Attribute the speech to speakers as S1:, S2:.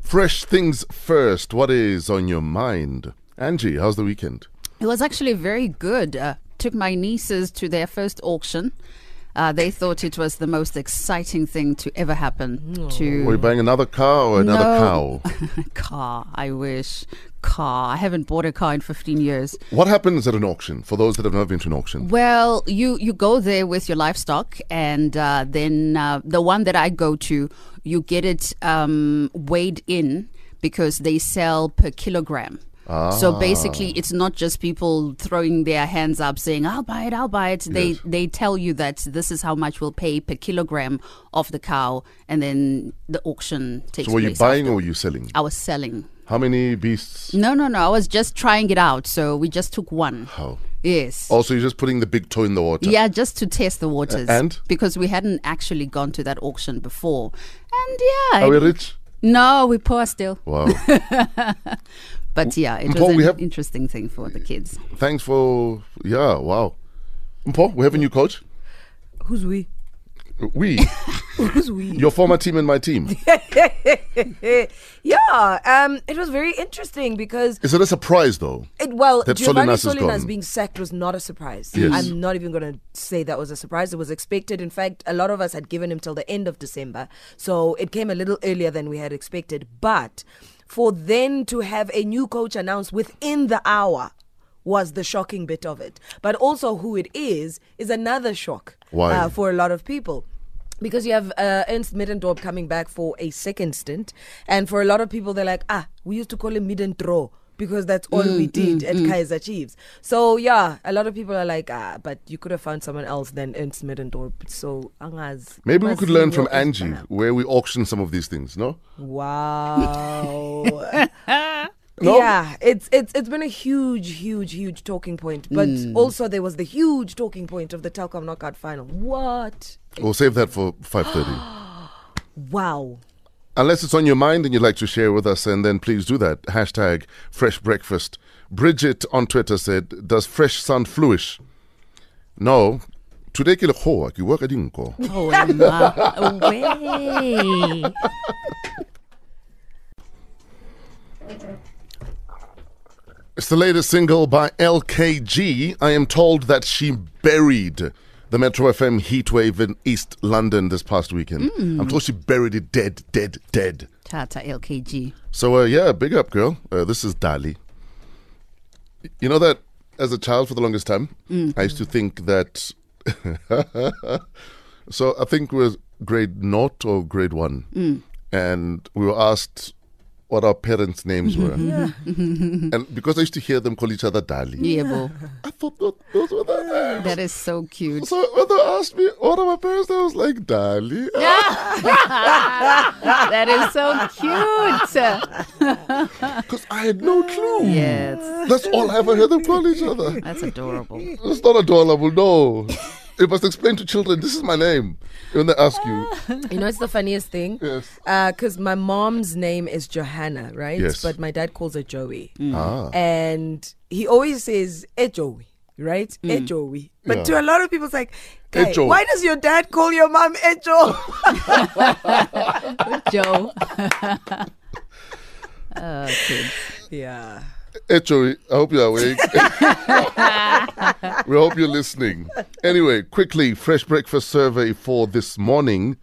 S1: Fresh things first. What is on your mind? Angie, how's the weekend?
S2: It was actually very good. Uh, took my nieces to their first auction. Uh, they thought it was the most exciting thing to ever happen
S1: Were you
S2: to
S1: buying another car or another
S2: No.
S1: cow?
S2: car. I wish car. I haven't bought a car in 15 years.
S1: What happens at an auction for those that have never been to an auction?
S2: Well, you you go there with your livestock, and uh, then uh, the one that I go to, you get it um, weighed in because they sell per kilogram. So
S1: Ah.
S2: basically, it's not just people throwing their hands up saying, "I'll buy it, I'll buy it." They
S1: Yes.
S2: they tell you that this is how much we'll pay per kilogram of the cow, and then the auction takes.
S1: So were you
S2: place
S1: buying
S2: after.
S1: or were you selling?
S2: I was selling.
S1: How many beasts?
S2: No, no, no. I was just trying it out. So we just took one.
S1: How?
S2: Yes.
S1: Also, you're just putting the big toe in the water. Uh,
S2: Yeah, just to test the waters.
S1: and?
S2: Because we hadn't actually gone to that auction before. And yeah.
S1: Are we
S2: it-
S1: rich?
S2: no, we poor still.
S1: Wow.
S2: But yeah, it
S1: Mpho,
S2: was an
S1: we have-
S2: interesting thing for the kids.
S1: Thanks for. Yeah, wow. Mpo, we have a new coach.
S3: Who's we?
S1: We,
S3: Who's we?
S1: your former team and my team.
S3: yeah, um, it was very interesting because
S1: Is it a surprise though?
S3: it well
S1: That
S3: Giovanni
S1: Solinas is
S3: Solinas
S1: gone.
S3: being sacked was not a surprise.
S1: Yes.
S3: I'm not even gonna say that was a surprise. It was expected. In fact, a lot of us had given him till the end of December, so it came a little earlier than we had expected. But for then to have a new coach announced within the hour was the shocking bit of it. But also who it is is another shock
S1: Why?
S3: Uh, for a lot of people. Because you have uh, Ernst Middendorp coming back for a second stint. And for a lot of people, they're like, ah, we used to call him Middendorp because that's all
S1: Mm,
S3: we did at Kaiser Chiefs. So, yeah, a lot of people are like, ah, but you could have found someone else than Ernst Middendorp. So, Angaz.
S1: Maybe we could learn from
S3: Masinyo is
S1: Angie
S3: back.
S1: where we auction some of these things, no?
S3: Wow.
S1: No?
S3: Yeah, it's it's it's been a huge, huge, huge talking point. But
S1: Mm.
S3: also there was the huge talking point of the Telkom knockout final. What?
S1: We'll save that for 5.30.
S3: Wow.
S1: Unless it's on your mind and you'd like to share with us, and then please do that. Hashtag fresh breakfast. Bridget on Twitter said, does fresh sound fluish? No. Today ke lekgowa, ke bua ka dinko.
S2: Oh, Emma. Away.
S1: It's the latest single by LKG. I am told that she buried the Metro FM heatwave in East London this past weekend. I'm told she buried it dead, dead, dead.
S2: Tata LKG.
S1: So uh, yeah, big up, girl. Uh, this is Dali. You know that as a child, for the longest time, I used to think that. so I think we were grade naught or grade one, and we were asked what our parents' names were, and because I used to hear them call each other Dali,
S2: Yeah, boo.
S1: I thought tho- those were their names.
S2: That is so cute.
S1: so when they asked me what are my parents, I was like Dali.
S2: That is so cute.
S1: Because Ah, I had no clue.
S2: Yes.
S1: That's all I ever heard them call each other.
S2: That's adorable.
S1: It's not adorable, no. You must explain to children, this is my name. When they ask you.
S3: You know, it's the funniest thing.
S1: Yes.
S3: Because my mom's name is Johanna, right?
S1: Yes.
S3: But my dad calls her Joey.
S1: Ah.
S3: And he always says, eh, Joey, right? Eh, Joey. But
S1: Yeah.
S3: to a lot of people, it's like,
S1: Eh,
S3: "Guy,
S1: Joe."
S3: why does your dad call your mom eh, Joe?
S2: Joe. oh, kids.
S3: yeah.
S1: Echoey, I hope you're awake. we hope you're listening. Anyway, quickly, fresh breakfast survey for this morning.